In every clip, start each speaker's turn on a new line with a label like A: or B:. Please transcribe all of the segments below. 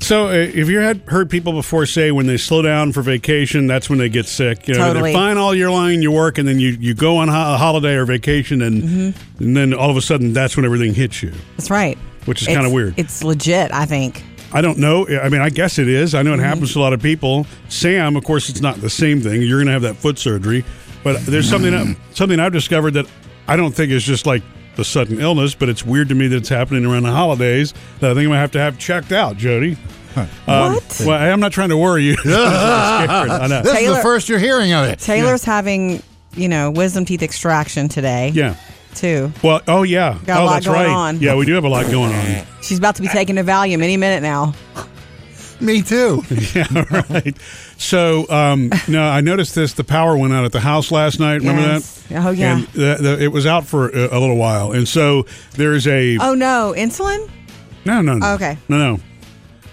A: So, uh, if you had heard people before say when they slow down for vacation, that's when they get sick. You know,
B: Totally.
A: they're fine all year long, and you work, and then you, you go on ho- a holiday or vacation, and
B: Mm-hmm.
A: and then all of a sudden, that's when everything hits you.
B: That's right.
A: Which is
B: It's-
A: kinda weird.
B: It's legit, I think.
A: I don't know. I mean, I guess it is. I
B: Mm-hmm.
A: know it happens to a lot of people. Sam, of course, it's not the same thing. You're going to have that foot surgery, but there's something
B: Mm-hmm.
A: something I've discovered that I don't think is just like the sudden illness, but it's weird to me that it's happening around the holidays. That I think I'm going to have to have checked out, Jody. Um,
B: What?
A: Well, I'm not trying to worry you. I'm scared. I know.
C: This is
B: Taylor-
C: the first you're hearing of it.
B: Taylor's having, you know, wisdom teeth extraction today.
A: Yeah.
B: Too.
A: Well, oh yeah.
B: Got a
A: oh,
B: lot
A: that's
B: going
A: right.
B: on.
A: Yeah, we do have a lot going on.
B: She's about to be taking a Valium any minute now.
C: Me too.
A: yeah, right. So, um, no, I noticed this. The power went out at the house last night. Remember
B: Yes.
A: that?
B: Oh, yeah.
A: And the, the, it was out for a, a little while, and so there's a
B: Oh no, insulin?
A: no, no, no.
B: okay.
A: no, no,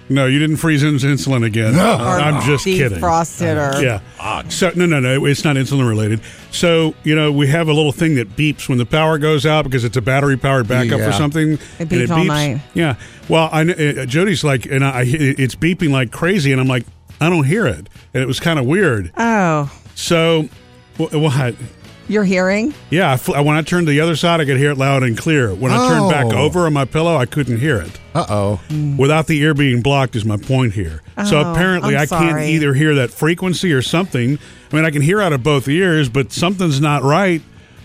A: no. You didn't freeze ins- insulin again.
C: No.
B: Or
A: Uh, I'm just kidding.
B: defrosted or
A: Yeah. So no, no, no. It's not insulin related. So you know we have a little thing that beeps when the power goes out because it's a battery powered backup
C: Yeah.
A: or something. It
B: beeps all night.
A: Yeah. Well, I kn- uh, Jody's like, and I, it's beeping like crazy, and I'm like, I don't hear it, and it was kind of weird.
B: Oh.
A: So, wh- what?
B: You're hearing?
A: Yeah. I fl- when I turned to the other side, I could hear it loud and clear. When I turned back
C: Oh.
A: over on my pillow, I couldn't hear it
C: Uh oh.
A: without the ear being blocked is my point here. so
B: Oh,
A: apparently
B: I'm
A: I can't
B: sorry.
A: either hear that frequency or something. I mean I can hear out of both ears, but something's not right.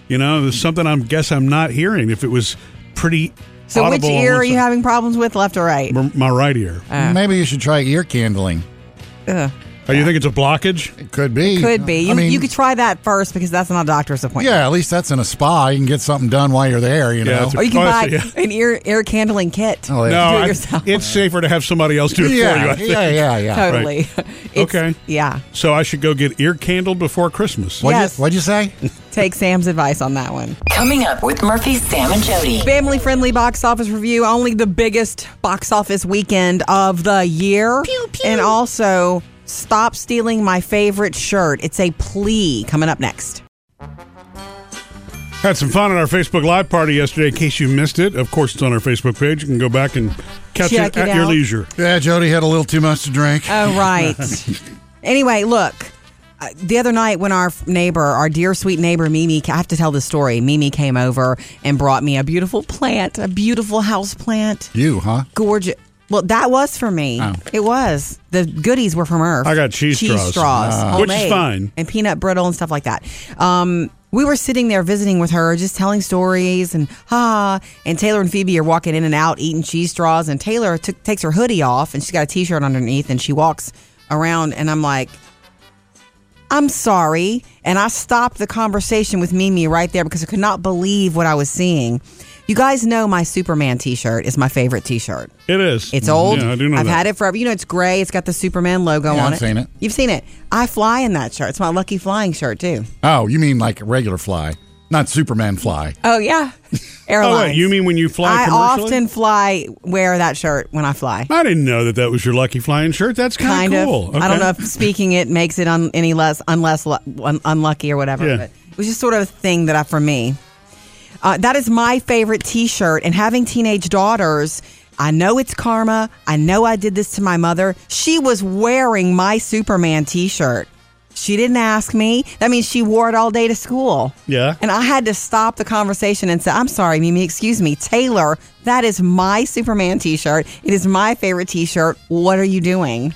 A: You know, there's something I'm guess I'm not hearing if it was pretty
B: So
A: audible
B: which
A: on
B: ear
A: one
B: are you
A: side-
B: having problems with, left or right?
A: M- my right ear.
B: Uh.
C: Maybe you should try ear candling.
B: Ugh.
A: Oh, you think it's a blockage?
C: It could be.
B: Could be. You,
C: I mean,
B: you could try that first because that's not a doctor's appointment.
C: Yeah, at least that's in a spa. You can get something done while you're there. You
A: Yeah,
C: know.
A: that's
B: Or you can
A: Oh, I
B: buy
A: see, yeah.
B: an ear air candling kit.
C: Oh, yeah.
A: No,
B: Do it
A: I-
B: yourself.
A: it's safer to have somebody else do it for you. I
C: yeah,
A: think.
C: yeah, yeah, yeah.
B: totally. It's-
A: Okay.
B: Yeah.
A: So I should go get ear candled before Christmas.
C: What'd,
B: Yes.
C: you, what'd you say?
B: Take Sam's advice on that one.
D: Coming up with Murphy, Sam, and Jody.
B: Family friendly box office review, only the biggest box office weekend of the year. And also, stop stealing my favorite shirt. It's a plea coming up next.
A: Had some fun at our Facebook Live party yesterday. In case you missed it, of course it's on our Facebook page. You can go back and catch
B: Check
A: it
B: it
A: at your
B: out.
A: leisure.
C: yeah, Jody had a little too much to drink.
B: Oh, right. anyway, look. uh, The other night, when our neighbor, our dear sweet neighbor Mimi, I have to tell this story. Mimi came over and brought me a beautiful plant, a beautiful house plant.
C: you, huh?
B: gorgeous. Well, that was for me.
C: Oh.
B: It was. The goodies were from Earth.
A: I got cheese straws.
B: straws,
A: Ah. Which is
B: homemade,
A: fine.
B: And peanut brittle and stuff like that. Um, we were sitting there visiting with her, just telling stories and ha. and Taylor and Phoebe are walking in and out, eating cheese straws. And Taylor took, takes her hoodie off and she's got a t shirt underneath and she walks around. And I'm like, I'm sorry. And I stopped the conversation with Mimi right there because I could not believe what I was seeing. You guys know my Superman t shirt is my favorite t shirt.
A: It is.
B: It's old.
A: Mm-hmm. Yeah, I do know
B: have
A: that.
B: had it forever. You know, it's gray. It's got the Superman logo
C: Yeah,
B: on
C: I've
B: it.
C: seen it.
B: You've seen it. I fly in that shirt. It's my lucky flying shirt too.
C: Oh, you mean like a regular fly, not Superman fly.
B: Oh yeah, airlines.
A: Oh, wait, you mean when you fly
B: I
A: commercially?
B: often fly wear that shirt when I fly.
A: I didn't know that that was your lucky flying shirt. That's kind
B: Kind
A: of cool.
B: of. I don't know if speaking it makes it un- any less unless lu- un- unlucky or whatever.
A: Yeah.
B: But it was just sort of a thing that I for me. Uh, that is my favorite T-shirt, and having teenage daughters. I know it's karma. I know I did this to my mother. She was wearing my Superman T-shirt. She didn't ask me. That means she wore it all day to school.
A: Yeah.
B: And I had to stop the conversation and say, I'm sorry, Mimi, excuse me, Taylor, that is my Superman t shirt. It is my favorite t shirt. What are you doing?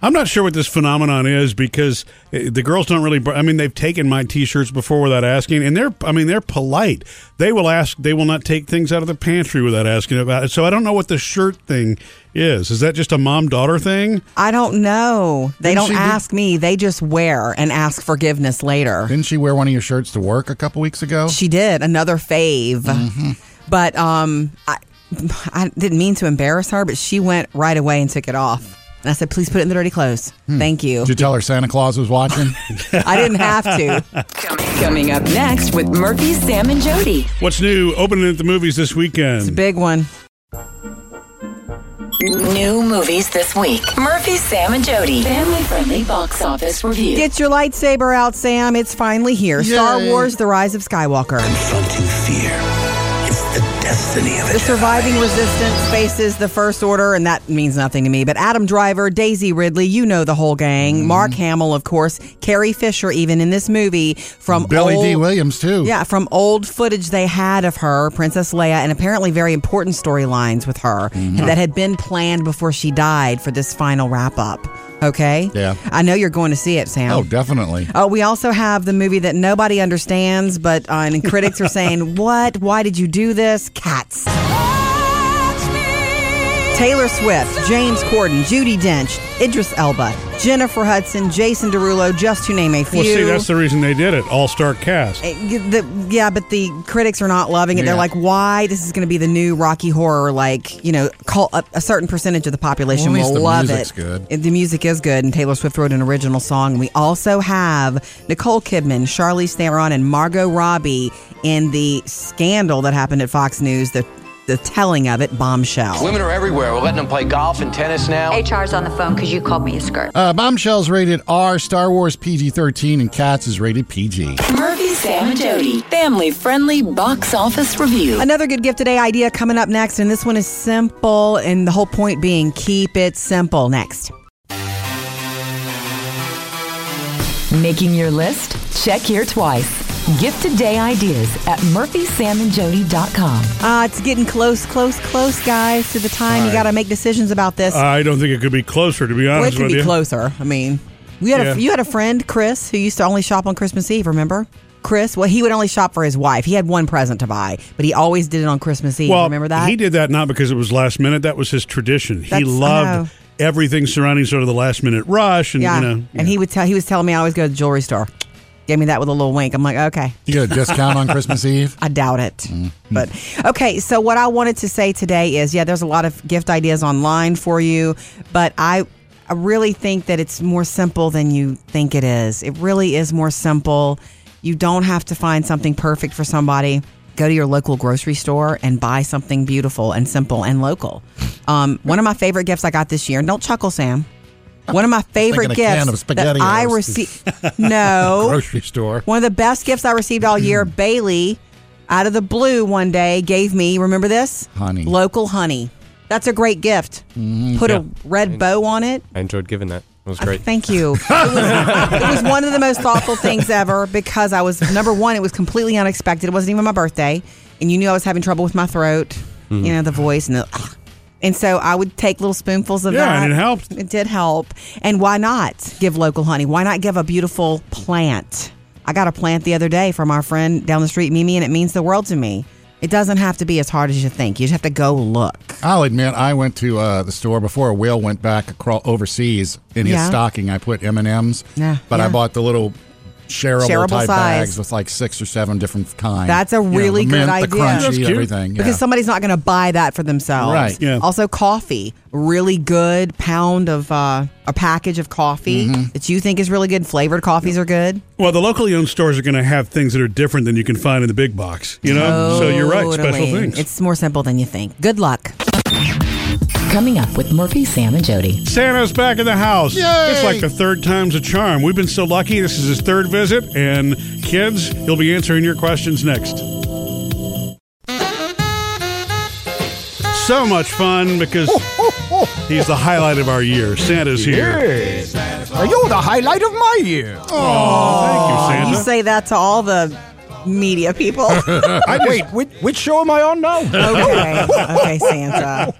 A: I'm not sure what this phenomenon is because uh, the girls don't really. I mean, they've taken my T-shirts before without asking, and they're. I mean, they're polite. They will ask. They will not take things out of the pantry without asking about it. So I don't know what the shirt thing is. Is that just a mom-daughter thing?
B: I don't know. They
C: Didn't
B: don't
C: she do-
B: ask me. They just wear and ask forgiveness later.
C: Didn't she wear one of your shirts to work a couple weeks ago?
B: She did another fave, but um, I, I didn't mean to embarrass her, but she went right away and took it off. And I said, "Please put it in the dirty clothes. Thank you."
C: Did you tell her Santa Claus was watching?
B: I didn't have to.
D: Coming up next with Murphy, Sam, and Jody.
A: What's new? Opening at the movies this weekend.
B: Big one.
D: New movies this week. Murphy, Sam, and Jody. Family friendly box office review.
B: Get your lightsaber out, Sam. It's finally here. Star
C: Yay.
B: Wars The Rise of Skywalker.
E: confronting fear. It's the destiny of
B: The
E: it.
B: surviving resistance faces the first order, and that means nothing to me. But Adam Driver, Daisy Ridley, you know the whole gang.
C: Mm-hmm.
B: Mark Hamill, of course. Carrie Fisher, even in this movie, from
C: Billy
B: old,
C: D. Williams too.
B: Oh. Yeah, from old footage they had of her, Princess Leia, and apparently very important storylines with her
C: Mm-hmm.
B: that had been planned before she died for this final wrap up. Okay?
C: Yeah.
B: I know you're going to see it, Sam.
C: Oh, definitely.
B: Uh, we also have the movie that nobody understands, but uh, and critics are saying, "What? Why did you do this?" Cats. Taylor Swift, James Corden, Judy Dench, Idris Elba, Jennifer Hudson, Jason Derulo, just to name a few.
A: Well, see, that's the reason they did it. All star cast.
B: Uh, the- yeah, but the critics are not loving it. They're
C: Yeah.
B: like, "Why? This is going to be the new Rocky Horror." Like, you know, call, a, a certain percentage of the population
C: Well, at
B: will
C: least the
B: love
C: music's
B: it.
C: good.
B: Uh, The music is good, and Taylor Swift wrote an original song. We also have Nicole Kidman, Charlize Theron, and Margot Robbie in the scandal that happened at Fox News. The the telling of it, bombshell.
F: Women are everywhere. We're letting them play golf and tennis now.
G: HR's on the phone because you called me a skirt.
C: Uh, Bombshell's rated R. Star Wars PG thirteen, and Cats is rated PG.
D: Murphy, Sam, and Jody. Family friendly box office review.
B: Another good gift today idea coming up next, and this one is simple, and the whole point being keep it simple. Next.
H: Making your list? Check here twice. Gift today ideas at murphysamandjody.com.
B: Uh, it's getting close, close, close, guys, to the time you got to make decisions about this.
A: I don't think it could be closer, to be
B: well, it
A: honest
B: could
A: with
B: be
A: you.
B: closer. I mean, we had
A: Yeah.
B: a, you had a friend, Chris, who used to only shop on Christmas Eve, remember? Chris, well, he would only shop for his wife. He had one present to buy, but he always did it on Christmas Eve.
A: Well,
B: remember that?
A: He did that not because it was last minute. That was his tradition. he
B: That's- I know.
A: loved everything surrounding sort of the last minute rush, and
B: yeah.
A: you know,
B: And he would tell he was telling me I always go to the jewelry store. Gave me that with a little wink. I'm like, okay.
C: You get a discount on Christmas Eve.
B: I doubt it.
C: Mm-hmm.
B: But okay, so what I wanted to say today is yeah, there's a lot of gift ideas online for you, but I I really think that it's more simple than you think it is. It really is more simple. You don't have to find something perfect for somebody. Go to your local grocery store and buy something beautiful and simple and local. Um, one of my favorite gifts I got this year, and don't chuckle, Sam. One of my favorite
C: Thinking a can
B: gifts
C: of
B: that I
C: SpaghettiOs.
B: received. No,
C: Grocery store.
B: one of the best gifts I received all year, Bailey, out of the blue one day, gave me, remember this?
C: Honey.
B: Local honey. That's a great gift. Put a red bow on it.
I: I enjoyed giving that. It was
B: I-
I: great.
B: Uh, Thank you. It was, it was one of the most thoughtful things ever because I was, number one, it was completely unexpected. It wasn't even my birthday. And you knew I was having trouble with my throat,
A: Mm-hmm.
B: you know, the voice and the. "Ah." And so I would take little spoonfuls of
A: Yeah,
B: that.
A: and it helped.
B: It did help. And why not give local honey? Why not give a beautiful plant? I got a plant the other day from our friend down the street, Mimi, and it means the world to me. It doesn't have to be as hard as you think. You just have to go look.
C: I'll admit, I went to uh, the store before a whale went back across overseas. In his
B: Yeah.
C: stocking, I put M and M's.
B: Yeah,
C: But
B: yeah.
C: I bought the little shareable,
B: Shareable
C: type
B: size.
C: bags with like six or seven different kinds.
B: That's a
C: You know,
B: really
C: the
B: good
C: mint, The
B: idea. That's
C: crunchy,
A: cute.
C: everything.
B: Because
C: yeah.
B: somebody's not going to buy that for themselves.
C: Right,
A: yeah.
B: Also, coffee. Really good pound of uh, a package of coffee
A: Mm-hmm.
B: that you think is really good. Flavored coffees are good.
A: well, the locally owned stores are going to have things that are different than you can find in the big box. You know, so you're right. Special
B: Totally.
A: things.
B: It's more simple than you think. Good luck.
H: Coming up with Murphy, Sam, and Jody.
A: Santa's back in the house.
C: Yay!
A: It's like the third time's a charm. We've been so lucky. This is his third visit, and kids, he'll be answering your questions next. So much fun because he's the highlight of our year. Santa's here.
E: You're the highlight of my year.
A: Thank you,
B: You
A: Santa.
B: say that to all the media people.
E: Wait, which, which show am I on now?
B: okay. Okay, Santa.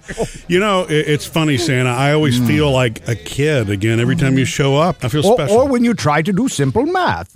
A: You know, it, it's funny, Santa. I always feel like a kid again every time you show up. I feel
E: Or,
A: special.
E: or when you try to do simple math.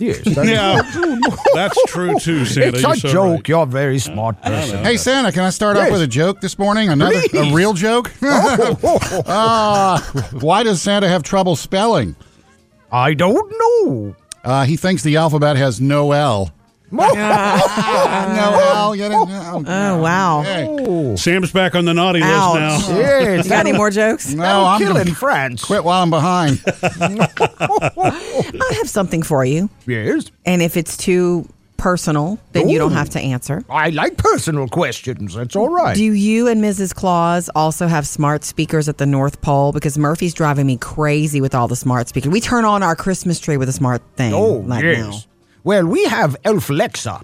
E: Yes. that is
A: Yeah.
E: true.
A: That's true, too, Santa.
E: It's
A: You're
E: a
A: so
E: joke.
A: right.
E: You're a very smart person.
C: Hey Santa, can I start
E: Yes.
C: off with a joke this morning? Another
E: Please. Oh.
C: a real joke? uh, why does Santa have trouble spelling?
E: I don't know.
C: Uh, he thinks the alphabet has no L.
B: Ah.
C: no L. You didn't- oh,
B: Uh, Oh, wow.
C: hey.
A: Sam's back on the naughty
B: Ouch.
A: list now.
E: Yes.
B: You got any more jokes?
C: No, I'm
E: kill
C: gonna
E: in France.
C: quit while I'm behind.
B: I have something for you.
E: Yes.
B: And if it's too personal, then you don't
E: Ooh.
B: have to answer.
E: I like personal questions. That's all right.
B: Do you and Mrs. Claus also have smart speakers at the North Pole? Because Murphy's driving me crazy with all the smart speakers. We turn on our Christmas tree with a smart thing.
E: oh,
B: like
E: yes.
B: now.
E: Well, we have Elf Lexa.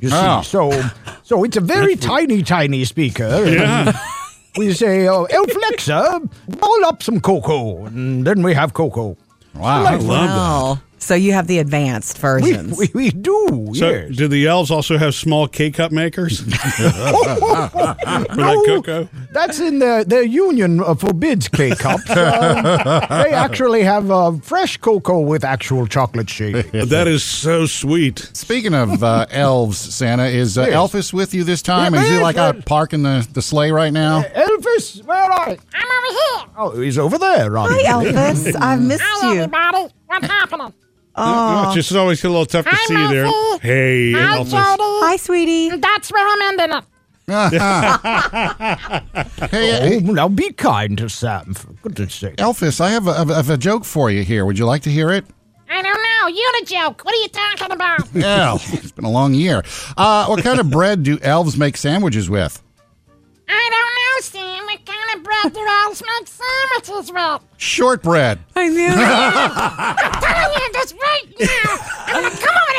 E: You see,
A: Ah.
C: Oh.
E: so so it's a very tiny, tiny speaker.
A: Yeah.
E: We say, oh, Elflexa, boil up some cocoa, and then we have cocoa.
C: Wow.
A: I love
B: Oh, so you have the advanced
E: We,
B: versions.
E: we, we do,
A: that. So,
E: yes.
A: do the elves also have small K cup makers?
E: No,
A: cocoa?
E: That's in their their union uh, forbids K cups. Uh, they actually have uh, fresh cocoa with actual chocolate shade.
A: that is so sweet.
C: Speaking of uh, elves, Santa, is uh, Elvis with you this time?
E: Yeah,
C: is he
E: man,
C: like
E: man.
C: out parking the, the sleigh right now?
E: Elvis, where are you? I'm over here. Oh, he's over there, Robbie.
B: Hi, Elvis. I've missed
I: Hi,
B: you.
I: everybody. What's happening?
A: It's just always a little tough to
I: Hi,
A: see you there.
I: Murphy.
A: Hey,
I: Hi,
A: Elvis.
B: Hi, sweetie.
I: Jody. That's where I'm ending up.
C: Hey,
E: Oh,
C: uh,
E: now be kind to Sam, for goodness sake.
B: Oh.
C: Elvis, I have a, I have a joke for you here. Would you like to hear it?
I: I don't know. You the joke. What are you talking about?
C: Yeah, it's been a long year. Uh, what kind of bread do elves make sandwiches with?
I: I don't know, Sam. What kind of bread do elves make sandwiches with?
C: Shortbread.
B: I knew.
I: I'm telling you this right now. I'm gonna come over there.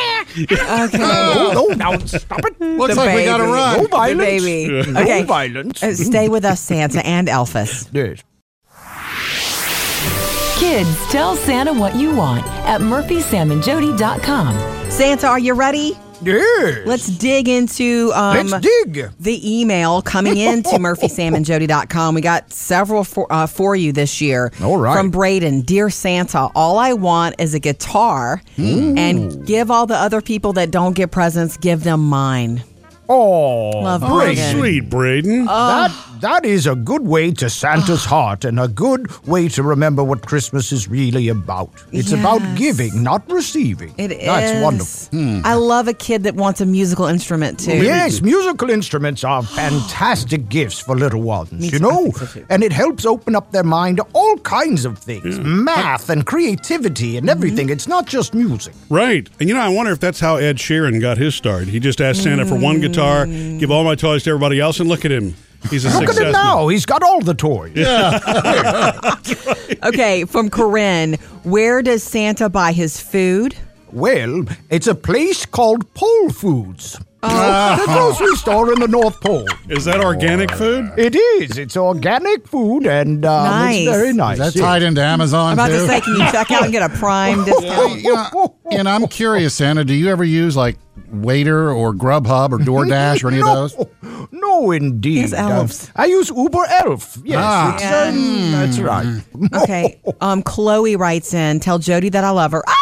B: Okay.
E: Oh, no, now stop it.
C: Looks
B: The
C: like we got to
B: baby.
C: run.
E: No violence.
B: baby. Okay.
E: No violence.
B: Uh, Stay with us, Santa and Elvis.
E: Yes.
H: Kids, tell Santa what you want at murphysamandjody.com.
B: Santa, are you ready?
E: Yes.
B: Let's dig into um,
E: Let's dig.
B: the email coming in to murphysamandjody.com. We got several for, uh, for you this year.
E: All right.
B: From Braden Dear Santa, all I want is a guitar
E: Hmm.
B: and give all the other people that don't get presents, give them mine.
E: Oh,
B: Love, Ah.
A: Pretty
B: Braden.
A: sweet, Braden.
E: that, that is a good way to
B: Ah.
E: Santa's heart and a good way to remember what Christmas is really about. It's about
B: Yes.
E: giving, not receiving.
B: It is.
E: That's wonderful. Hmm. Oh,
B: I love a kid that wants a musical instrument too.
E: Yes, musical instruments are fantastic gifts for little ones, you
B: too. I
E: know,
B: think so too.
E: and it helps open up their mind to all kinds of things
C: Hmm.
E: math and creativity and everything. It's not just music.
A: Right. And you know, I wonder if that's how Ed Sheeran got his start. He just asked Santa for one guitar, give all my toys to everybody else, and look at him. He's a
E: Look
A: success.
E: at him now, he's got all the toys.
B: Okay, from Corinne, where does Santa buy his food?
E: Well, it's a place called Pole Foods.
B: Oh,
C: Uh-huh. Uh,
E: the grocery store in the North Pole.
A: Is that organic food?
E: It is. It's organic food and um,
B: Nice.
E: it's very nice.
C: Is that
E: yes.
C: tied into Amazon
B: I'm about
C: too?
B: to say, can you check out and get a prime discount?
C: You know, and I'm curious, Santa. Do you ever use like Waiter or Grubhub or DoorDash or any
E: no,
C: of those?
E: No, indeed.
B: He's
E: Uh,
B: elves.
E: I use Uber Elf. Yes,
C: Ah. Mm-hmm.
E: it's, um, that's right.
B: Okay. Um, Chloe writes in, tell Jody that I love her. Ah,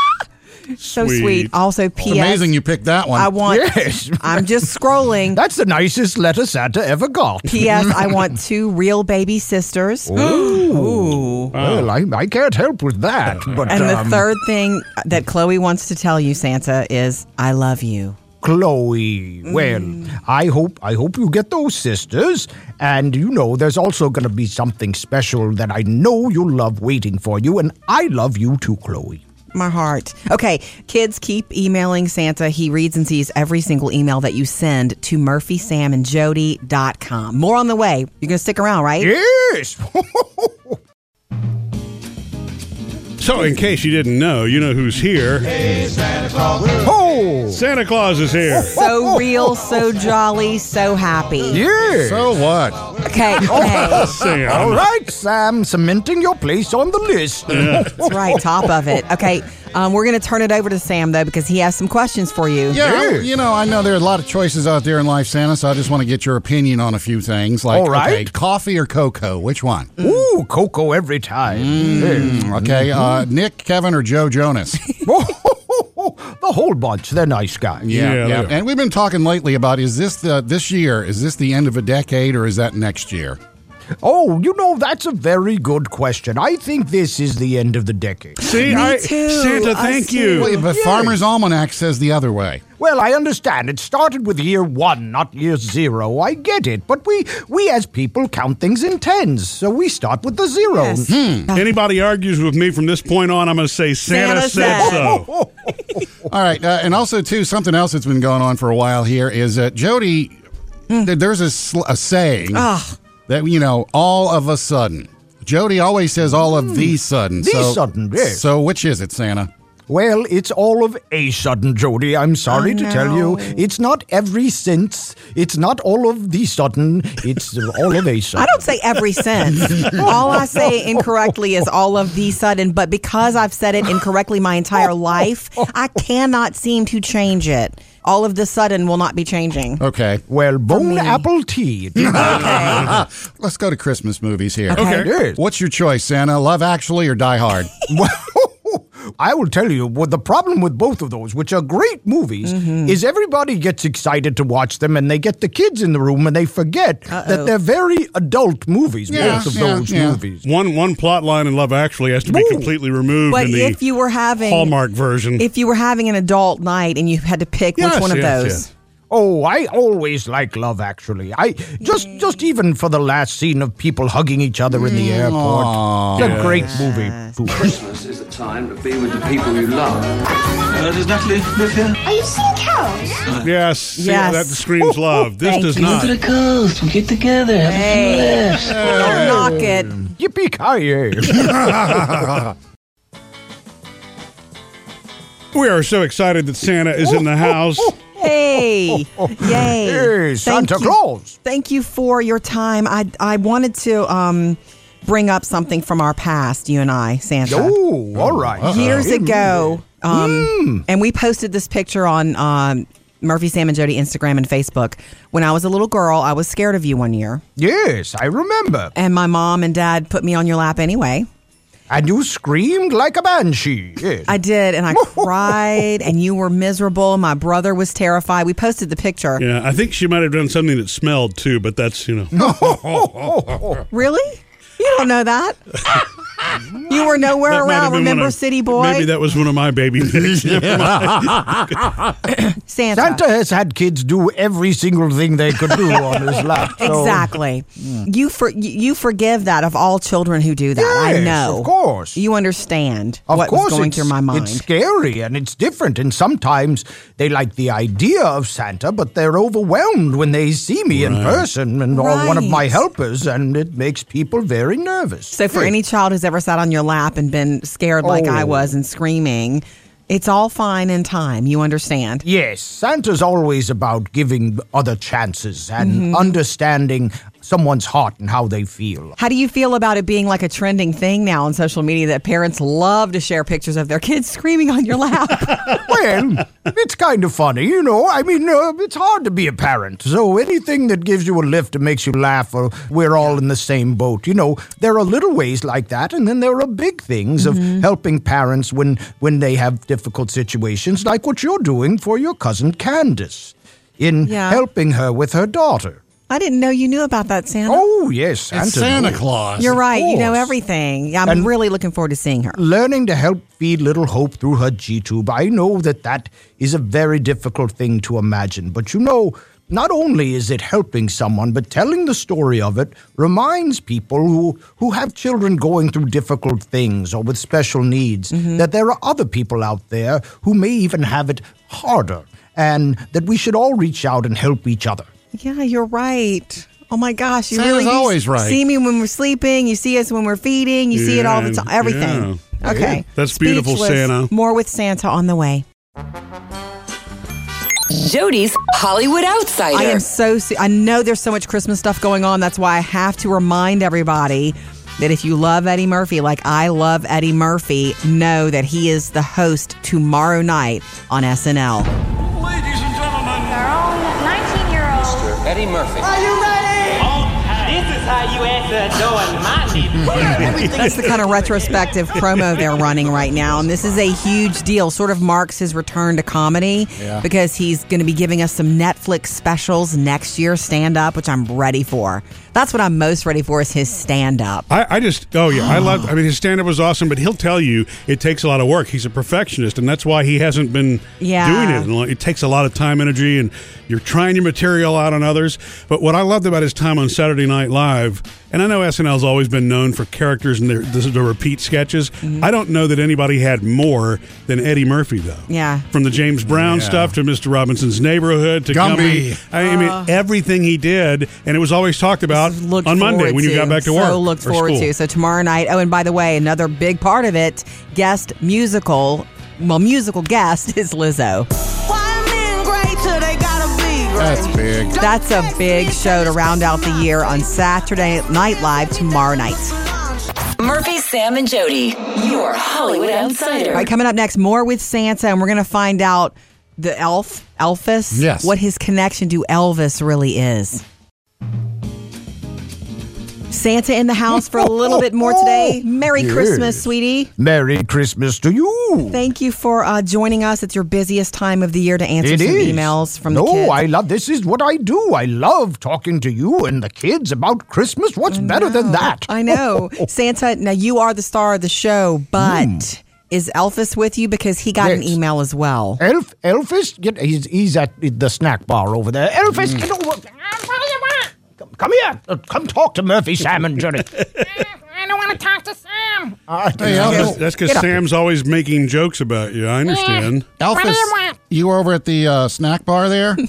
B: so sweet. Also,
C: It's
B: P.S.
C: amazing you picked that one.
B: I want.
E: Yes.
B: I'm just scrolling.
E: That's the nicest letter Santa ever got.
B: P.S. I want two real baby sisters. Ooh.
C: Ah.
E: Well, I, I can't help with that. But
B: And the
E: um,
B: third thing that Chloe wants to tell you, Santa, is I love you.
E: Chloe. Well,
B: Mm.
E: I hope I hope you get those sisters. And you know, there's also going to be something special that I know you'll love waiting for you, and I love you too, Chloe.
B: My heart. Okay, kids, keep emailing Santa. He reads and sees every single email that you send to murphysamandjody.com. More on the way. You're going to stick around, right?
E: Yes.
A: So, in case you didn't know, you know who's here.
E: oh.
A: Santa Claus is here.
B: So real, so jolly, so happy.
E: Yeah.
C: so what?
B: Okay,
A: Oh,
B: okay.
A: Sam.
E: All right, Sam, cementing your place on the list.
B: That's right, top of it. Okay, um, we're going to turn it over to Sam, though, because he has some questions for you.
C: Yeah, I- you know, I know there are a lot of choices out there in life, Santa. So I just want to get your opinion on a few things. Like,
E: All right.
C: okay, coffee or cocoa? Which one?
E: Ooh, cocoa every time. Yeah.
C: Okay,
E: Mm-hmm.
C: uh, Nick, Kevin, or Joe Jonas?
E: the whole bunch. They're nice guys.
A: Yeah,
C: yeah.
A: yeah.
C: And we've been talking lately about is this the this year? Is this the end of a decade or is that next year?
E: Oh, you know, that's a very good question. I think this is the end of the decade.
A: See, I, Santa, thank you.
C: Well, but Farmer's Almanac says the other way.
E: Well, I understand. It started with year one, not year zero. I get it. But we, we as people count things in tens, so we start with the zero.
B: Yes.
A: Anybody argues with me from this point on, I'm going to say Santa,
B: Santa
A: said
B: said.
A: so.
C: All right, uh, and also too something else that's been going on for a while here is uh, Jody. th- there's a, sl- a saying that you know all of a sudden. Jody always says all of the sudden.
E: The sudden, yes.
C: So which is it, Santa?
E: Well, it's all of a sudden, Jody. I'm sorry
B: Oh,
E: to tell you.
B: no.
E: It's not every since. It's not all of the sudden. It's all of a sudden.
B: I don't say every sense. all I say incorrectly is all of the sudden, but because I've said it incorrectly my
A: Oh.
B: entire life, I cannot seem to change it. All of the sudden will not be changing.
A: Uh,
C: Okay.
E: Well, bone
B: me.
E: apple tea.
C: Let's go to Christmas movies here.
B: Okay.
E: Yes.
C: What's your choice, Santa? Love Actually or Die Hard?
E: Well, I will tell you what the problem with both of those, which are great movies, is everybody gets excited to watch them and they get the kids in the room and they forget that they're very adult movies,
C: Yeah,
E: both of
C: yeah,
E: those
C: yeah.
E: movies.
A: One one plot line in Love Actually has to be
E: Woo.
A: completely removed
B: But
A: in the
B: if you were having
A: Hallmark version.
B: if you were having an adult night and you had to pick
A: Yes,
B: which one of
A: yes,
B: those.
A: yes.
E: Oh, I always like Love Actually. I just just even for the last scene of people hugging each other in
B: Mm.
E: the airport. It's a great movie.
J: Christmas is the time to be with the people you love. Uh, does Natalie live here?
I: Are you seeing cows?
A: yes, see,
B: Yes.
A: that screams love. This
B: Thank
A: does
B: you.
A: not.
J: girls. We get together.
B: Hey, don't knock it.
E: Yippee ki
A: We are so excited that Santa is in the house.
B: Hey, yay!
E: Oh, Hey, Santa
B: you,
E: Claus.
B: Thank you for your time. I I wanted to um bring up something from our past, you and I, Santa.
E: Oh, all right.
B: Years ago,
A: Hmm.
B: um, and we posted this picture on um, Murphy Sam and Jody Instagram and Facebook. When I was a little girl, I was scared of you one year,
E: Yes, I remember.
B: and my mom and dad put me on your lap anyway.
E: And you screamed like a banshee. Yes.
B: I did, and I cried, and you were miserable. My brother was terrified. We posted the picture.
A: Yeah, I think she might have done something that smelled too, but that's you know.
B: Really? You don't know that? you were nowhere
A: that might have been
B: around.
A: one
B: Remember
A: of-
B: City Boy?
A: Maybe that was one of my baby picks.
B: Santa.
E: Santa has had kids do every single thing they could do on his lap. so-
B: Exactly. You for you forgive that of all children who do that. I
E: Yes,
B: know.
E: of course.
B: You understand
E: Of
B: what
E: course,
B: was going
E: it's,
B: through my mind.
E: it's scary and it's different. And sometimes they like the idea of Santa, but they're overwhelmed when they see me in person and or one of my
B: Right.
E: helpers, and it makes people very nervous.
B: So for
E: Yes.
B: any child who's ever sat on your lap and been scared like I
E: Oh.
B: was and screaming, it's all fine in time. You understand?
E: Yes, Santa's always about giving other chances and
B: Mm-hmm.
E: understanding someone's heart and how they feel.
B: How do you feel about it being like a trending thing now on social media that parents love to share pictures of their kids screaming on your lap?
E: well, it's kind of funny, you know. I mean, uh, it's hard to be a parent. So anything that gives you a lift and makes you laugh, or we're all in the same boat. You know, there are little ways like that, and then there are big things of helping parents when when they have difficult situations, like what you're doing for your cousin Candace in
B: Yeah.
E: helping her with her daughter.
B: I didn't know you knew about that, Santa.
E: Oh yes, Santa,
C: It's Santa
E: knows.
C: Claus.
B: You're right. You know
E: course.
B: everything. I'm
E: And-
B: really looking forward to seeing her.
E: learning to help feed little hope through her G tube. I know that that is a very difficult thing to imagine, but you know, not only is it helping someone, but telling the story of it reminds people who, who have children going through difficult things or with special needs that there are other people out there who may even have it harder and that we should all reach out and help each other.
B: Yeah, you're right. Oh my gosh, you
C: Santa's
B: really do
C: always right.
B: See me when we're sleeping. You see us when we're feeding. You see it all the
A: Yeah,
B: time. Everything.
A: yeah.
B: Okay.
A: That's beautiful,
B: Speechless.
A: Santa.
B: More with Santa on the way.
D: Jody's Hollywood Outsider.
B: I am so. Se- I know there's so much Christmas stuff going on. That's why I have to remind everybody that if you love Eddie Murphy, like I love Eddie Murphy, know that he is the host tomorrow night on SNL.
J: Ladies and gentlemen,
I: Our own 19 year old.
F: Eddie Murphy.
J: this is how you answer knowing my
B: That's the kind of retrospective promo they're running right now. And this is a huge deal. Sort of marks his return to comedy because he's going to be giving us some Netflix specials next year, stand up, which I'm ready for. That's what I'm most ready for is his stand up.
A: I, I just oh yeah I love I mean his stand up was awesome but he'll tell you it takes a lot of work he's a perfectionist and that's why he hasn't been
B: Yeah.
A: doing it in a long- it takes a lot of time energy and you're trying your material out on others but what I loved about his time on Saturday Night Live and I know SNL's always been known for characters and their the, the repeat sketches
B: Mm-hmm.
A: I don't know that anybody had more than Eddie Murphy though
B: Yeah.
A: from the James Brown stuff to Mr Robinson's Neighborhood to
C: Gumby.
A: Gumby I mean everything he did and it was always talked about
B: Uh. Looked
A: on Monday
B: forward
A: when you got back to
B: so
A: work
B: looked
A: or
B: forward
A: school.
B: to. So tomorrow night. Oh, and by the way, another big part of it, guest musical well, musical guest is Lizzo.
C: That's big.
B: That's a big show to round out the year on Saturday Night Live tomorrow night.
D: Murphy, Sam, and Jody, your Hollywood outsider.
B: All right, coming up next, more with Santa, and we're going to find out the elf, Elvis,
C: Yes.
B: what his connection to Elvis really is. Santa in the house for a little bit more today. Merry
J: Yes.
B: Christmas, sweetie.
J: Merry Christmas to you.
B: Thank you for uh, joining us. It's your busiest time of the year to answer
J: It
B: some
J: is.
B: emails from
J: no,
B: the kids.
J: I love this is what I do. I love talking to you and the kids about Christmas. What's better than that? Oh,
B: I know. Santa, now you are the star of the show, but is Elvis with you? Because he got an
J: Yes.
B: email as well.
J: Elf, Elfis, get, he's, he's at the snack bar over there.
B: Mm.
J: Elfis, get over.
E: Uh, what do you want?
J: Come, come here. Uh, Come talk to Murphy, Sam, and Johnny.
E: Uh, I don't want to talk to Sam.
J: I
C: Hey, Elvis.
A: That's because Sam's always making jokes about you. I understand.
E: What do
C: Alphys,
E: you want?
C: you were over at the uh, snack bar there.
E: Yeah,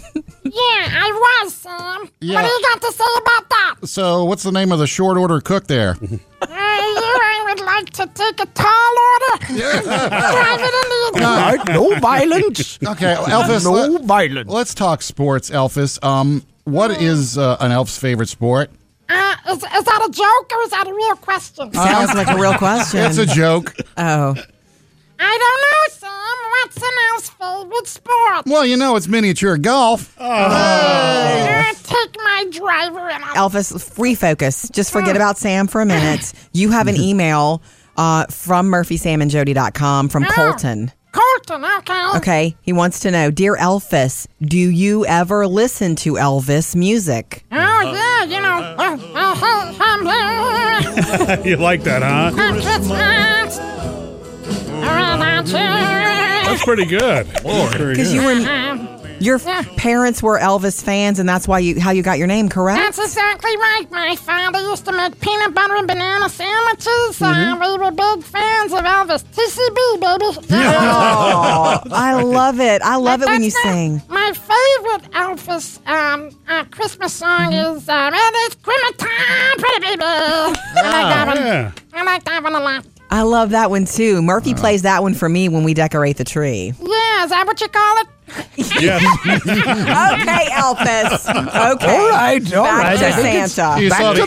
E: I was, Sam.
C: Yeah.
E: What do you got to say about that?
C: so, what's the name of the short order cook there?
E: Uh, you, I would like to take a tall order. Drive it in the
J: All right, no violence.
C: Okay, Elvis.
J: No
C: let-
J: violence.
C: Let's talk sports, Elvis. Um, what
J: Oh.
C: is uh, an elf's favorite sport?
E: Uh, is, is that a joke or is that a real question?
C: Uh-huh.
B: Sounds like a real question.
C: It's a joke.
B: oh.
E: I don't know, Sam. What's an elf's favorite sport?
C: Well, you know, it's miniature golf.
J: Ah,
E: Uh, take my driver and I'll.
B: Elvis, refocus. Just forget about Sam for a minute. You have an email uh, from murphysamandjody.com from
E: Oh.
B: Colton.
E: Colton, okay.
B: Okay. He wants to know Dear Elvis, do you ever listen to Elvis music?
E: Oh, yeah, you know. uh, uh, hum, hum, hum,
A: you like that, huh?
E: hum, Christmas. Around our tree.
A: That's pretty good.
B: Because you were
E: Uh,
B: your parents were Elvis fans, and that's why you how you got your name, correct?
E: That's exactly right. My father used to make peanut butter and banana sandwiches. Uh, we were big fans of Elvis. TCB, baby.
B: Oh, I love it. I love it when you
E: That's not-
B: sing.
E: My favorite Elvis um, uh, Christmas song is um, "It Is Christmas Time, Pretty Baby." I like that one.
A: Yeah.
E: I like that one a lot.
B: I love that one too. Murphy
J: Uh-huh.
B: plays that one for me when we decorate the tree.
E: Yeah, is that what you call it?
A: Yes.
B: Okay, Elvis. Okay.
J: All right, all
B: Back
J: right.
B: to
J: I think it's-
B: Santa.
C: You saw
J: Back to
C: the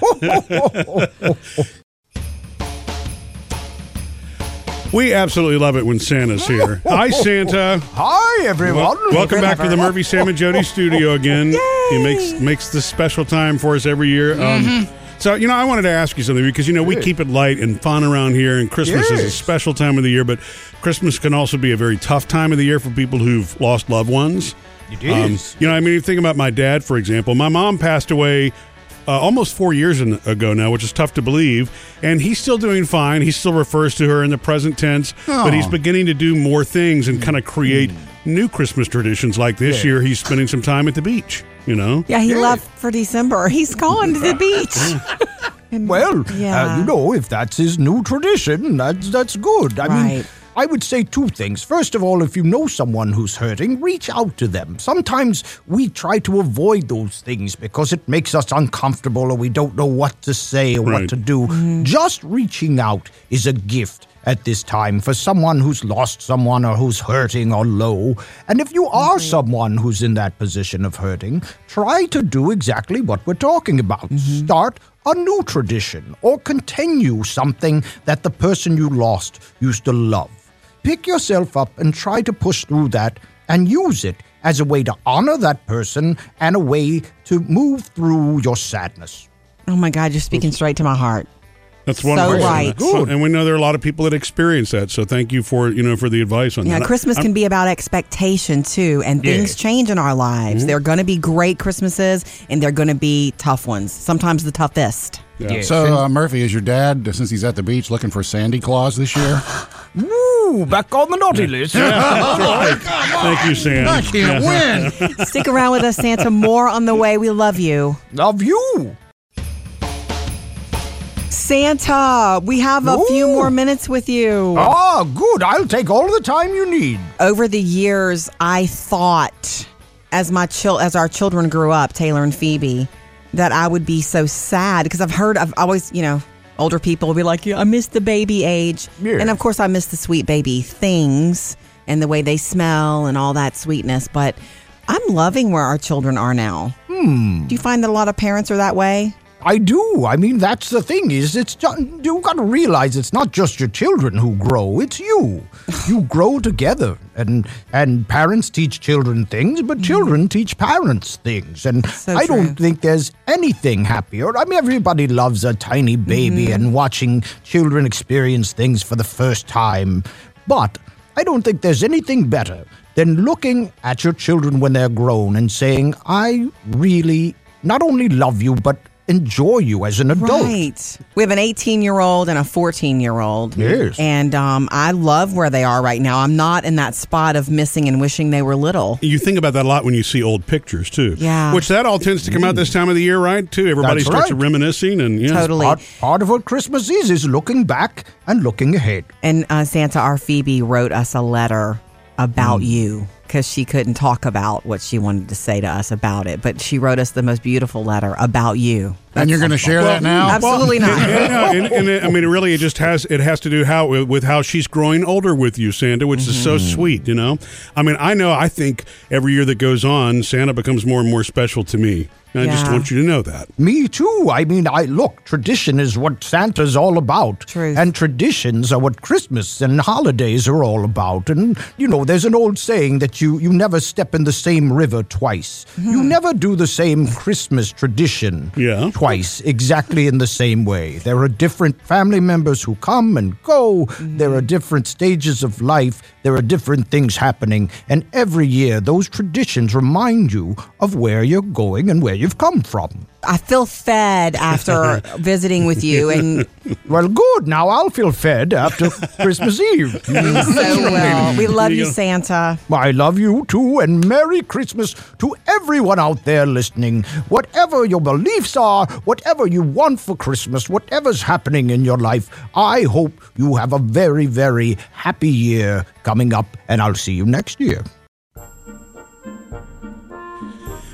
J: the
C: air
J: snack
C: quotes
J: bar.
C: too.
A: we absolutely love it when Santa's here. Hi, Santa.
J: Hi, everyone.
A: Welcome back to the Murphy, Sam, and Jody studio again. He makes makes this special time for us every year. Um,
J: Mm-hmm.
A: So you know, I wanted to ask you something because you know we keep it light and fun around here, and Christmas is a
J: Yes.
A: special time of the year. But Christmas can also be a very tough time of the year for people who've lost loved ones. Um,
J: It is.
A: you know, I mean, you think about my dad, for example. My mom passed away uh, almost four years in, ago now, which is tough to believe. And he's still doing fine. He still refers to her in the present tense, but he's beginning to do more things and kind of create new Christmas traditions. Like this year, he's spending some time at the beach. You know,
B: Yeah, he left for December. He's gone to the beach.
J: Well,
B: Yeah.
J: uh, you know, if that's his new tradition, that's that's good. I mean,
B: Right.
J: I would say two things. First of all, if you know someone who's hurting, reach out to them. Sometimes we try to avoid those things because it makes us uncomfortable or we don't know what to say or
A: Right.
J: what to do.
B: Mm.
E: Mm-hmm.
J: Just reaching out is a gift at this time for someone who's lost someone or who's hurting or low. And if you are someone who's in that position of hurting, try to do exactly what we're talking about. Start a new tradition or continue something that the person you lost used to love. Pick yourself up and try to push through that and use it as a way to honor that person and a way to move through your sadness.
B: oh my God, you're speaking straight to my heart.
A: that's one
B: So
A: way.
B: right.
A: So- And we know there are a lot of people that experience that. So thank you for you know for the advice on
B: Yeah,
A: that.
B: Christmas can be about expectation too, and things change in our lives.
J: Mm-hmm.
B: There are going to be great Christmases, and they're going to be tough ones. Sometimes the toughest.
C: So, uh, Murphy, is your dad, since he's at the beach, looking for Sandy Claus this year?
J: Woo, back on the naughty list.
A: Thank you, Sam.
C: I can't win.
B: Stick around with us, Santa. More on the way. We love you,
J: Love you.
B: Santa. We have a few
J: Ooh.
B: more minutes with you.
J: Ah, good. I'll take all the time you need.
B: over the years I thought as my chil- as our children grew up, Taylor and Phoebe, that I would be so sad because I've heard I've always, you know, older people will be like, yeah, I miss the baby age.
E: Yeah.
B: And of course, I miss the sweet baby things and the way they smell and all that sweetness. But I'm loving where our children are now. Hmm. Do you find that a lot of parents are that way?
E: I do. I mean, that's the thing is, it's ju- you got to realize it's not just your children who grow; it's you. you grow together, and and parents teach children things, but children teach parents things. And
B: So
E: I
B: true.
E: don't think there's anything happier. I mean, everybody loves a tiny baby and watching children experience things for the first time, but I don't think there's anything better than looking at your children when they're grown and saying, "I really." Not only love you, but enjoy you as an adult.
B: Right. We have an 18 year old and a 14 year old.
E: Yes.
B: And um, I love where they are right now. I'm not in that spot of missing and wishing they were little.
A: You think about that a lot when you see old pictures too.
B: Yeah.
A: Which that all tends to come out this time of the year, right? Too. Everybody
E: That's
A: starts
E: right.
A: reminiscing and yeah.
B: Totally.
E: Part, part of what Christmas is is looking back and looking ahead.
B: And uh, Santa, our Phoebe, wrote us a letter about you because she couldn't talk about what she wanted to say to us about it. But she wrote us the most beautiful letter about you.
C: And you're going to share that now?
B: Absolutely
A: Yeah,
B: not.
A: no, and, and it, I mean, it really, it just has it has to do how with how she's growing older with you, Santa, which is so sweet. You know, I mean, I know. I think every year that goes on, Santa becomes more and more special to me. And I just
B: Yeah.
A: want you to know that.
E: Me too. I mean, I look, tradition is what Santa's all about.
B: Truth.
E: And traditions are what Christmas and holidays are all about. And mm, you know, there's an old saying that you you never step in the same river twice. You never do the same Christmas tradition
A: Yeah.
E: twice exactly in the same way. There are different family members who come and go. There are different stages of life. There are different things happening. And every year those traditions remind you of where you're going and where you've come from.
B: I feel fed after visiting with you, and
E: Well, good. Now I'll feel fed after Christmas Eve.
B: so well. We love you,
A: Yeah.
B: Santa.
E: I love you too, and Merry Christmas to everyone out there listening. Whatever your beliefs are, whatever you want for Christmas, whatever's happening in your life, I hope you have a very, very happy year coming up, and I'll see you next year.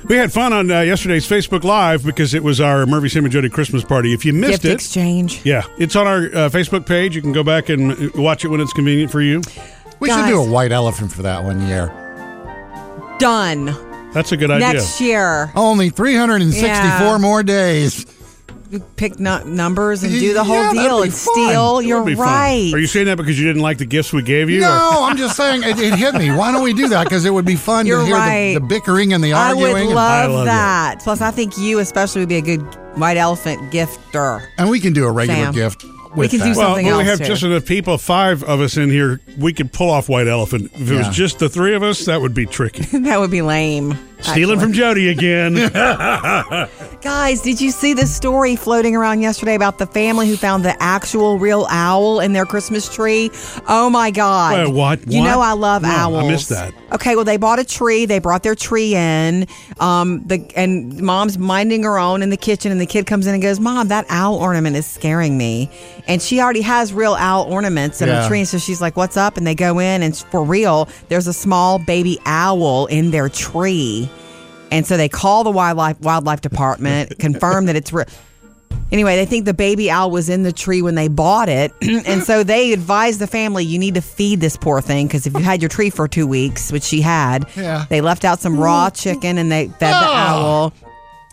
A: We had fun on uh, yesterday's Facebook Live because it was our Murphy Sam and Jody Christmas party. If you missed
B: Gift
A: it,
B: exchange.
A: yeah, it's on our uh, Facebook page. You can go back and uh, watch it when it's convenient for you.
C: We should do a
B: Guys.
C: white elephant for that one year.
B: Done.
A: That's a good idea.
B: Next year.
C: Only 364
B: Yeah.
C: more days.
B: Pick nu- numbers and do the whole
C: Yeah, that'd
B: deal
C: be
B: and
C: fun.
B: steal.
A: It would
B: You're
A: be fun.
B: right.
A: Are you saying that because you didn't like the gifts we gave you? or-
C: No, I'm just saying it, it hit me. Why don't we do that? Because it would be fun
B: You're
C: to hear
B: right.
C: the, the bickering and the
B: I
C: arguing.
B: would
C: and-
A: I
B: love,
A: love
B: that. Plus, I think you especially would be a good white elephant gifter.
C: and we can do a regular
B: Sam.
C: gift. With
B: We can
C: that.
B: do
A: Well,
B: something
A: when we
B: else
A: have
B: here.
A: just enough people, five of us in here, we could pull off White Elephant. If it was
C: Yeah.
A: just the three of us, that would be tricky.
B: That would be lame.
A: Stealing from Jody again.
B: Guys, did you see this story floating around yesterday about the family who found the actual real owl in their Christmas tree? Oh my God.
A: Wait, what?
B: You
A: What?
B: know I love
A: No, I
B: owls.
A: missed that.
B: Okay, well they bought a tree. They brought their tree in. Um, the and mom's minding her own in the kitchen, and the kid comes in and goes, "Mom, that owl ornament is scaring me." And she already has real owl ornaments in her
C: Yeah.
B: tree, and so she's like, "What's up?" And they go in, and for real, there's a small baby owl in their tree. And so they call the wildlife wildlife department, confirm that it's real. Anyway, they think the baby owl was in the tree when they bought it, and so they advised the family you need to feed this poor thing because if you had your tree for two weeks, which she had,
C: Yeah. Mm. Ah.
B: they left out some raw chicken and they fed the owl,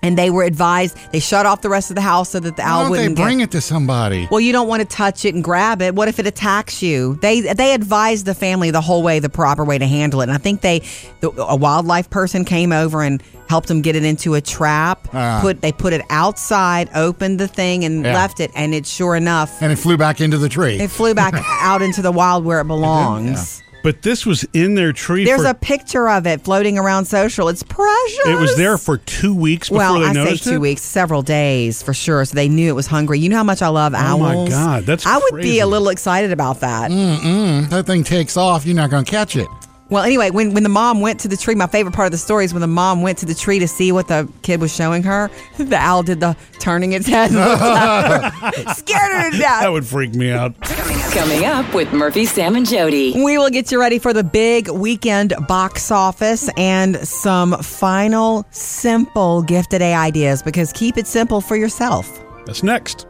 B: and they were advised they shut off the rest of the house so that the
C: Why
B: owl
C: don't they
B: wouldn't get-
C: bring it to somebody?
B: well, you don't want to touch it and grab it. What if it attacks you? They they advised the family the whole way, the proper way to handle it. And I think they, the, a wildlife person came over and helped them get it into a trap.
C: Ah.
B: Put they put it outside, opened the thing, and
C: Yeah.
B: left it. And it sure enough,
C: And it flew back into the tree.
B: it flew back out into the wild where it belongs.
A: but this was in their tree.
B: There's
A: for,
B: a picture of it floating around social. It's precious.
A: It was there for two weeks before
B: Well,
A: they
B: I say
A: noticed
B: two
A: it?
B: weeks, several days for sure. So they knew it was hungry. You know how much I love
A: Oh, my
B: owls.
A: God, that's
B: I would be
A: crazy.
B: a little excited about that.
C: If that thing takes off, you're not going to catch it.
B: Well, anyway, when, when the mom went to the tree, my favorite part of the story is when the mom went to the tree to see what the kid was showing her. The owl did the turning its head, and looked at her. scared her to
A: That
B: death.
A: would freak me out.
D: Coming up with Murphy, Sam, and Jody.
B: We will get you ready for the big weekend box office and some final simple gift today ideas because keep it simple for yourself.
A: That's next.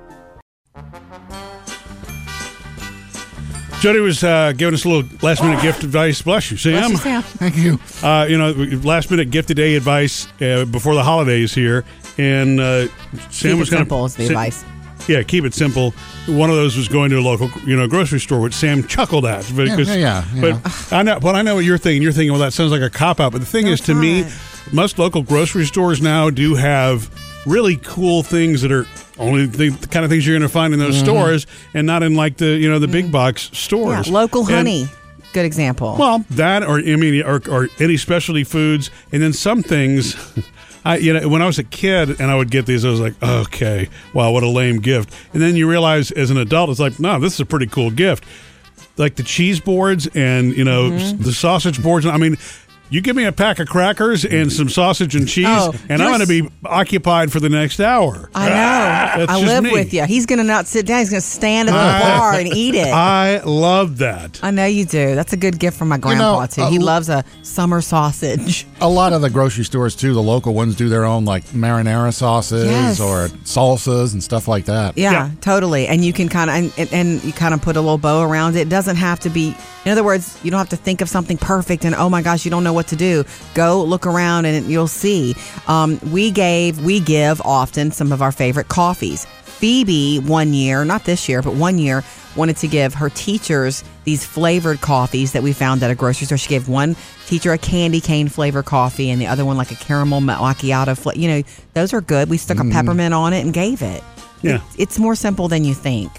A: Jody was uh, giving us a little last minute gift advice. Bless you, Sam.
B: Bless you, Sam.
C: Thank you.
A: Uh, you know, last minute gift today advice uh, before the holidays here, and uh, Sam
B: Keep
A: was
B: it
A: kind
B: simple
A: of
B: is the advice.
A: Yeah, keep it simple. One of those was going to a local, you know, grocery store, which Sam chuckled at. because-
C: yeah, yeah, yeah.
A: But I know, but I know what you're thinking. You're thinking, well, that sounds like a cop out. But the thing is,
B: it's
A: to me,
B: not.
A: most local grocery stores now do have really cool things that are only the the kind of things you're going to find in those stores, and not in like the you know the big box
B: Mm-hmm. Yeah,
A: stores.
B: local
A: And-
B: honey. Good example.
A: well, that or I mean, or, or any specialty foods, and then some things. I, you know, when I was a kid and I would get these, I was like, okay, wow, what a lame gift. And then you realize as an adult, it's like, no, this is a pretty cool gift. Like the cheese boards and, you know, s-
B: Mm-hmm.
A: the sausage boards. I mean, you give me a pack of crackers and some sausage and cheese,
B: Oh,
A: and I'm
B: you're
A: going to
B: s-
A: be occupied for the next hour.
B: I know.
A: That's
B: I
A: just
B: live
A: me.
B: with you. He's going to not sit down. He's going to stand at the
A: I-
B: bar and eat it. I,
A: I love that.
B: know you do. That's a good gift from my grandpa,
C: know,
B: too.
C: uh,
B: he
C: l-
B: loves a summer sausage.
C: A lot of the grocery stores too, the local ones do their own like marinara sauces
B: Yes.
C: or salsas and stuff like that.
B: Yeah,
A: Yeah.
B: totally. And you can kind of and, and, and you kind of put a little bow around it. It doesn't have to be. In other words, you don't have to think of something perfect and oh my gosh, you don't know what to do. Go look around and you'll see. Um, we gave we give often some of our favorite coffees. Phoebe one year, not this year, but one year wanted to give her teachers these flavored coffees that we found at a grocery store. She gave one teacher a candy cane flavor coffee and the other one like a caramel macchiato. Fla- you know, those are good. We stuck a peppermint on it and gave it
A: Yeah.
B: it's more simple than you think.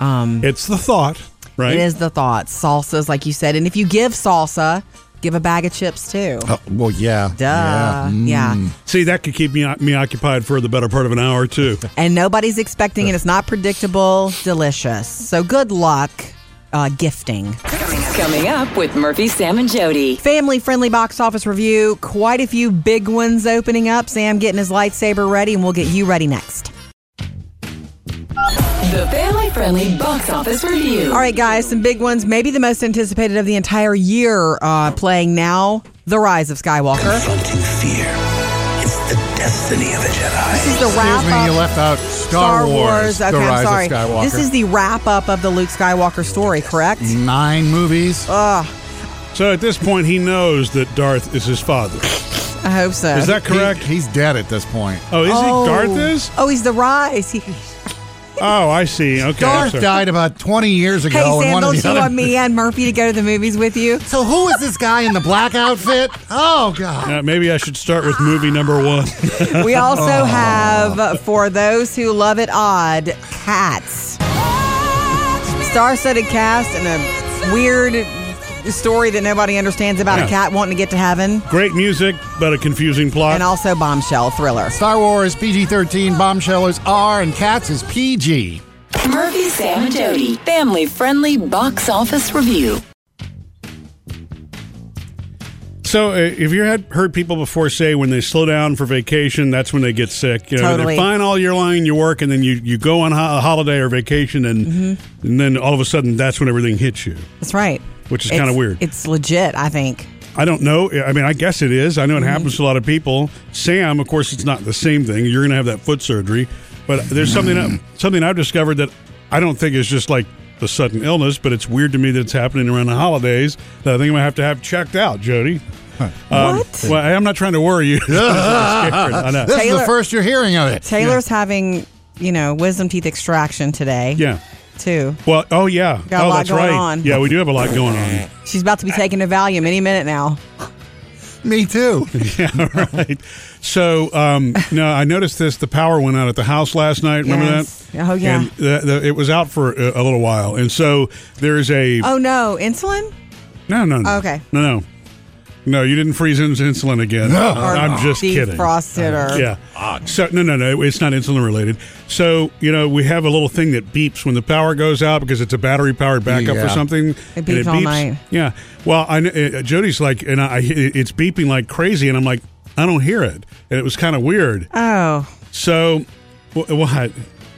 B: Um,
A: It's the thought, right?
B: It is the thought. Salsas, like you said. And if you give salsa, give a bag of chips too.
C: Oh, well, yeah.
B: Duh.
C: Yeah.
B: Yeah.
C: Mm.
A: See, that could keep me, me occupied for the better part of an hour, too.
B: And nobody's expecting it. It's not predictable. Delicious. So good luck uh, gifting.
D: Coming up with Murphy, Sam, and Jody.
B: Family friendly box office review. Quite a few big ones opening up. Sam getting his lightsaber ready, and we'll get you ready next.
D: The family friendly box office review.
B: All right, guys, some big ones. Maybe the most anticipated of the entire year uh, playing now The Rise of Skywalker.
K: Confronting fear. It's the destiny of a Jedi.
B: This is the wrap
C: Excuse me,
B: up.
C: you left out
B: Star
C: Star,
B: Wars. Okay,
C: The Rise
B: I'm sorry.
C: of Skywalker. Mm-hmm.
B: This is the wrap up of the Luke Skywalker story, correct?
C: nine movies.
B: Oh,
A: So at this point, he knows that Darth is his father.
B: I hope so.
A: Is that correct?
C: He- he's dead at this point.
A: oh, is
B: Oh.
A: he Darth is?
B: Oh, he's the rise. He,
A: Oh, I see. Okay. I'm
C: Darth
A: sorry.
C: died about 20 years
B: hey,
C: ago. and
B: Sam,
C: one of
B: don't
C: the
B: you
C: other-
B: want me and Murphy to go to the movies with you?
C: So who is this guy in the black outfit? Oh God!
A: Uh, maybe I should start with movie number one.
B: We also have, uh, for those who love it odd, Cats. Star studded cast and a weird story that nobody understands about
A: Yeah.
B: a cat wanting to get to heaven,
A: Great music, but a confusing plot.
B: and also bombshell thriller.
C: Star Wars PG-13, Bombshell is R, and Cats is PG.
D: Murphy, Sam, and Jody. Family friendly box office review.
A: so, uh, if you had heard people before say when they slow down for vacation, that's when they get sick. You know,
B: Totally.
A: they're fine all year long, you work, and then you, you go on ho- a holiday or vacation, and
B: Mm-hmm.
A: and then all of a sudden, that's when everything hits you.
B: That's right.
A: Which is
B: It's-
A: kinda weird.
B: It's legit, I think.
A: I don't know. I mean, I guess it is. I know it
B: Mm-hmm.
A: happens to a lot of people. Sam, of course, it's not the same thing. You're going to have that foot surgery, but there's something
B: Mm.
A: something I've discovered that I don't think is just like the sudden illness, but it's weird to me that it's happening around the holidays. That I think I'm going to have to have checked out, Jody. Um,
B: What?
A: Well, I'm not trying to worry you. I'm scared. I know.
C: This is
B: Taylor-
C: the first you're hearing of it.
B: Taylor's having, you know, wisdom teeth extraction today.
A: Yeah.
B: Too.
A: Well, oh yeah.
B: Got a
A: oh,
B: lot
A: that's
B: going
A: right.
B: on.
A: Yeah, we do have a lot going on.
B: She's about to be taking a Valium any minute now.
C: Me too.
A: Yeah, right. So, um, no, I noticed this. The power went out at the house last night. Remember
B: Yes.
A: that?
B: Oh, yeah.
A: And the, the, it was out for a, a little while, and so there's a
B: Oh no, insulin?
A: no, no, no.
B: okay.
A: No, no, no. You didn't freeze ins- insulin again. Uh, I'm just kidding.
B: Defrosted or
A: Yeah. So no, no, no. It's not insulin related. So you know we have a little thing that beeps when the power goes out because it's a battery powered backup
C: Yeah.
A: or something. and
B: beeps all night.
A: Yeah. Well, I kn- uh, Jody's like, and I, it's beeping like crazy, and I'm like, I don't hear it, and it was kind of weird.
B: Oh.
A: So wh- what?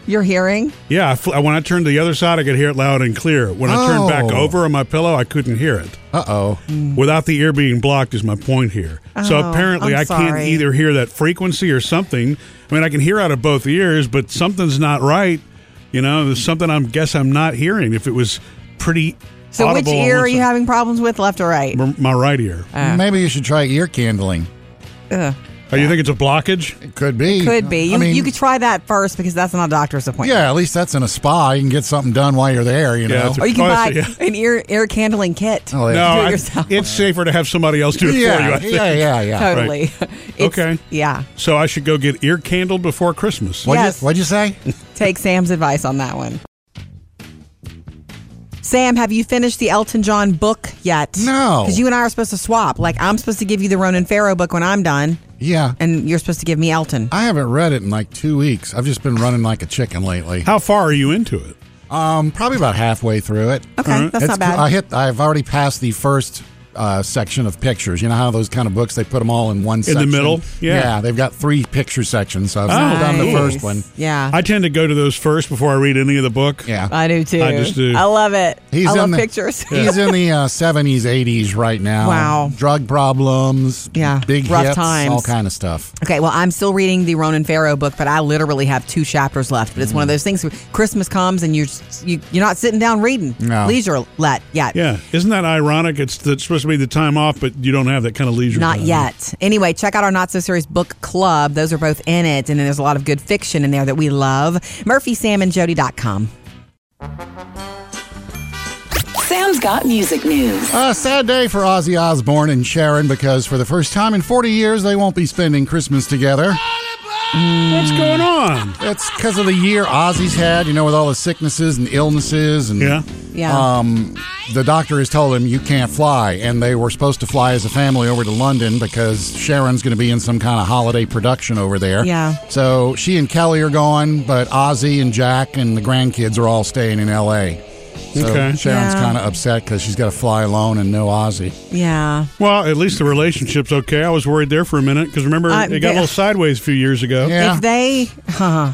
B: You're hearing?
A: Yeah. I fl- when I turned to the other side, I could hear it loud and clear. When I turned back
C: Oh.
A: over on my pillow, I couldn't hear it
C: Uh oh.
A: without the ear being blocked is my point here. so
B: Oh,
A: apparently
B: I'm
A: I can't
B: sorry.
A: either hear that frequency or something. I mean I can hear out of both ears, but something's not right. You know, there's something I am guess I'm not hearing. If it was pretty
B: So which
A: audible
B: ear are
A: almost
B: you having problems with, left or right?
A: like- My right ear.
B: Ah.
C: Maybe you should try ear candling.
B: Ugh.
A: Oh, you think it's a blockage?
C: It could be.
B: Could be. You,
C: I mean,
B: you could try that first because that's not a doctor's appointment.
C: yeah, at least that's in a spa. You can get something done while you're there, you
A: Yeah,
C: know.
A: that's
B: Or you can
A: Oh,
B: buy
A: I see,
B: an ear air candling kit.
A: No,
C: Oh, yeah.
B: Do it
A: I-
B: yourself.
A: it's safer to have somebody else do it for you. I
C: yeah,
A: think.
C: yeah, yeah, yeah.
A: Right.
B: Totally. It's-
A: Okay.
B: Yeah.
A: So I should go get ear candled before Christmas.
C: What'd,
B: Oh, Yes.
C: you, what'd you say?
B: Take Sam's advice on that one. Sam, have you finished the Elton John book yet?
C: No.
B: Because you and I are supposed to swap. Like, I'm supposed to give you the Ronan Farrow book when I'm done,
C: yeah.
B: and you're supposed to give me Elton.
C: I haven't read it in like two weeks. I've just been running like a chicken lately.
A: How far are you into it?
C: Um, probably about halfway through it.
B: Okay,
A: All right.
B: that's
C: mm, It's
B: not bad.
C: cool. I hit. I've already passed the first uh, section of pictures. You know how those kind of books they put them all in one in
A: the middle? Yeah.
C: they've got three picture sections. So I've
A: Oh,
C: done the
A: cool.
C: first one.
B: Yeah.
A: I tend to go to those first before I read any of the book.
C: Yeah,
B: I do too.
A: I just do.
B: I love it. I love
C: in the,
B: pictures.
C: He's in the uh, seventies, eighties right now.
B: Wow.
C: drug problems.
B: Yeah.
C: big
B: Rough
C: hits,
B: times.
C: all kind of stuff.
B: Okay, well, I'm still reading the Ronan Farrow book, but I literally have two chapters left. But it's
C: Mm.
B: one of those things where Christmas comes and you're you, you're not sitting down reading
C: No.
B: leisure let yet.
A: Yeah. Isn't that ironic? It's, the, it's supposed to be the time off, but you don't have that kind of leisure.
B: Not
A: time.
B: yet. Anyway, check out our Not So Serious Book Club. Those are both in it, and then there's a lot of good fiction in there that we love. MurphySamandJody.com.
D: Sam's got music news.
C: A sad day for Ozzy Osbourne and Sharon because for the first time in 40 years, they won't be spending Christmas together.
A: What's going on?
C: It's because of the year Ozzy's had, you know, with all the sicknesses and illnesses. And
A: Yeah.
B: Yeah.
C: um, the doctor has told him, you can't fly. And they were supposed to fly as a family over to London because Sharon's going to be in some kind of holiday production over there.
B: Yeah.
C: So she and Kelly are gone, but Ozzy and Jack and the grandkids are all staying in L.A. So
A: Okay.
C: Sharon's
B: Yeah.
C: kind of upset because she's got to fly alone and no Ozzy.
B: yeah.
A: Well, at least the relationship's okay. I was worried there for a minute because remember,
B: Uh,
A: it got a
B: yeah.
A: little sideways a few years ago.
C: Yeah.
B: If they, huh,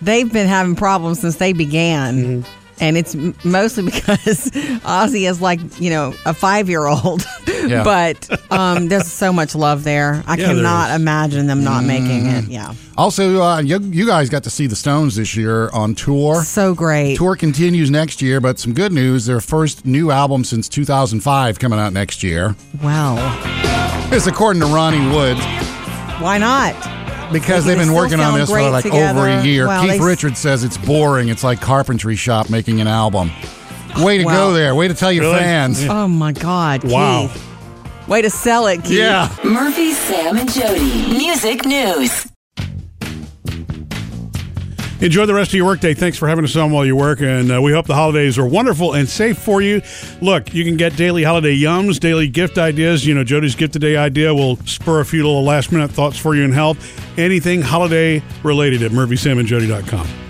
B: they've been having problems since they began. And it's m- mostly because Ozzy is like, you know, a five year old.
C: Yeah.
B: But um, there's so much love there. I
A: Yeah, there
B: cannot
A: is.
B: imagine them not making it. Yeah.
C: Also, uh, you, you guys got to see the Stones this year on tour.
B: So great.
C: Tour continues next year, but some good news. Their first new album since 2005 coming out next year.
B: Wow.
C: It's according to Ronnie Wood
B: Why not?
C: because
B: They
C: they've been
B: still
C: working on
B: sound
C: this for
B: great
C: like
B: together.
C: over a year.
B: Wow,
C: Keith
B: they s-
C: Richards says it's boring. It's like carpentry shop making an album. Way to
B: Wow.
C: go there. Way to tell your
A: Really?
C: fans.
B: Oh my God.
A: Wow.
B: Keith. Way to sell it, Keith.
C: Hmm. Yeah.
D: Murphy, Sam, and Jody. Music news.
A: Enjoy the rest of your workday. Thanks for having us on while you work, and uh, we hope the holidays are wonderful and safe for you. Look, you can get daily holiday yums, daily gift ideas. You know, Jody's gift today idea will spur a few little last minute thoughts for you and help. Anything holiday related at murphysamandjody.com.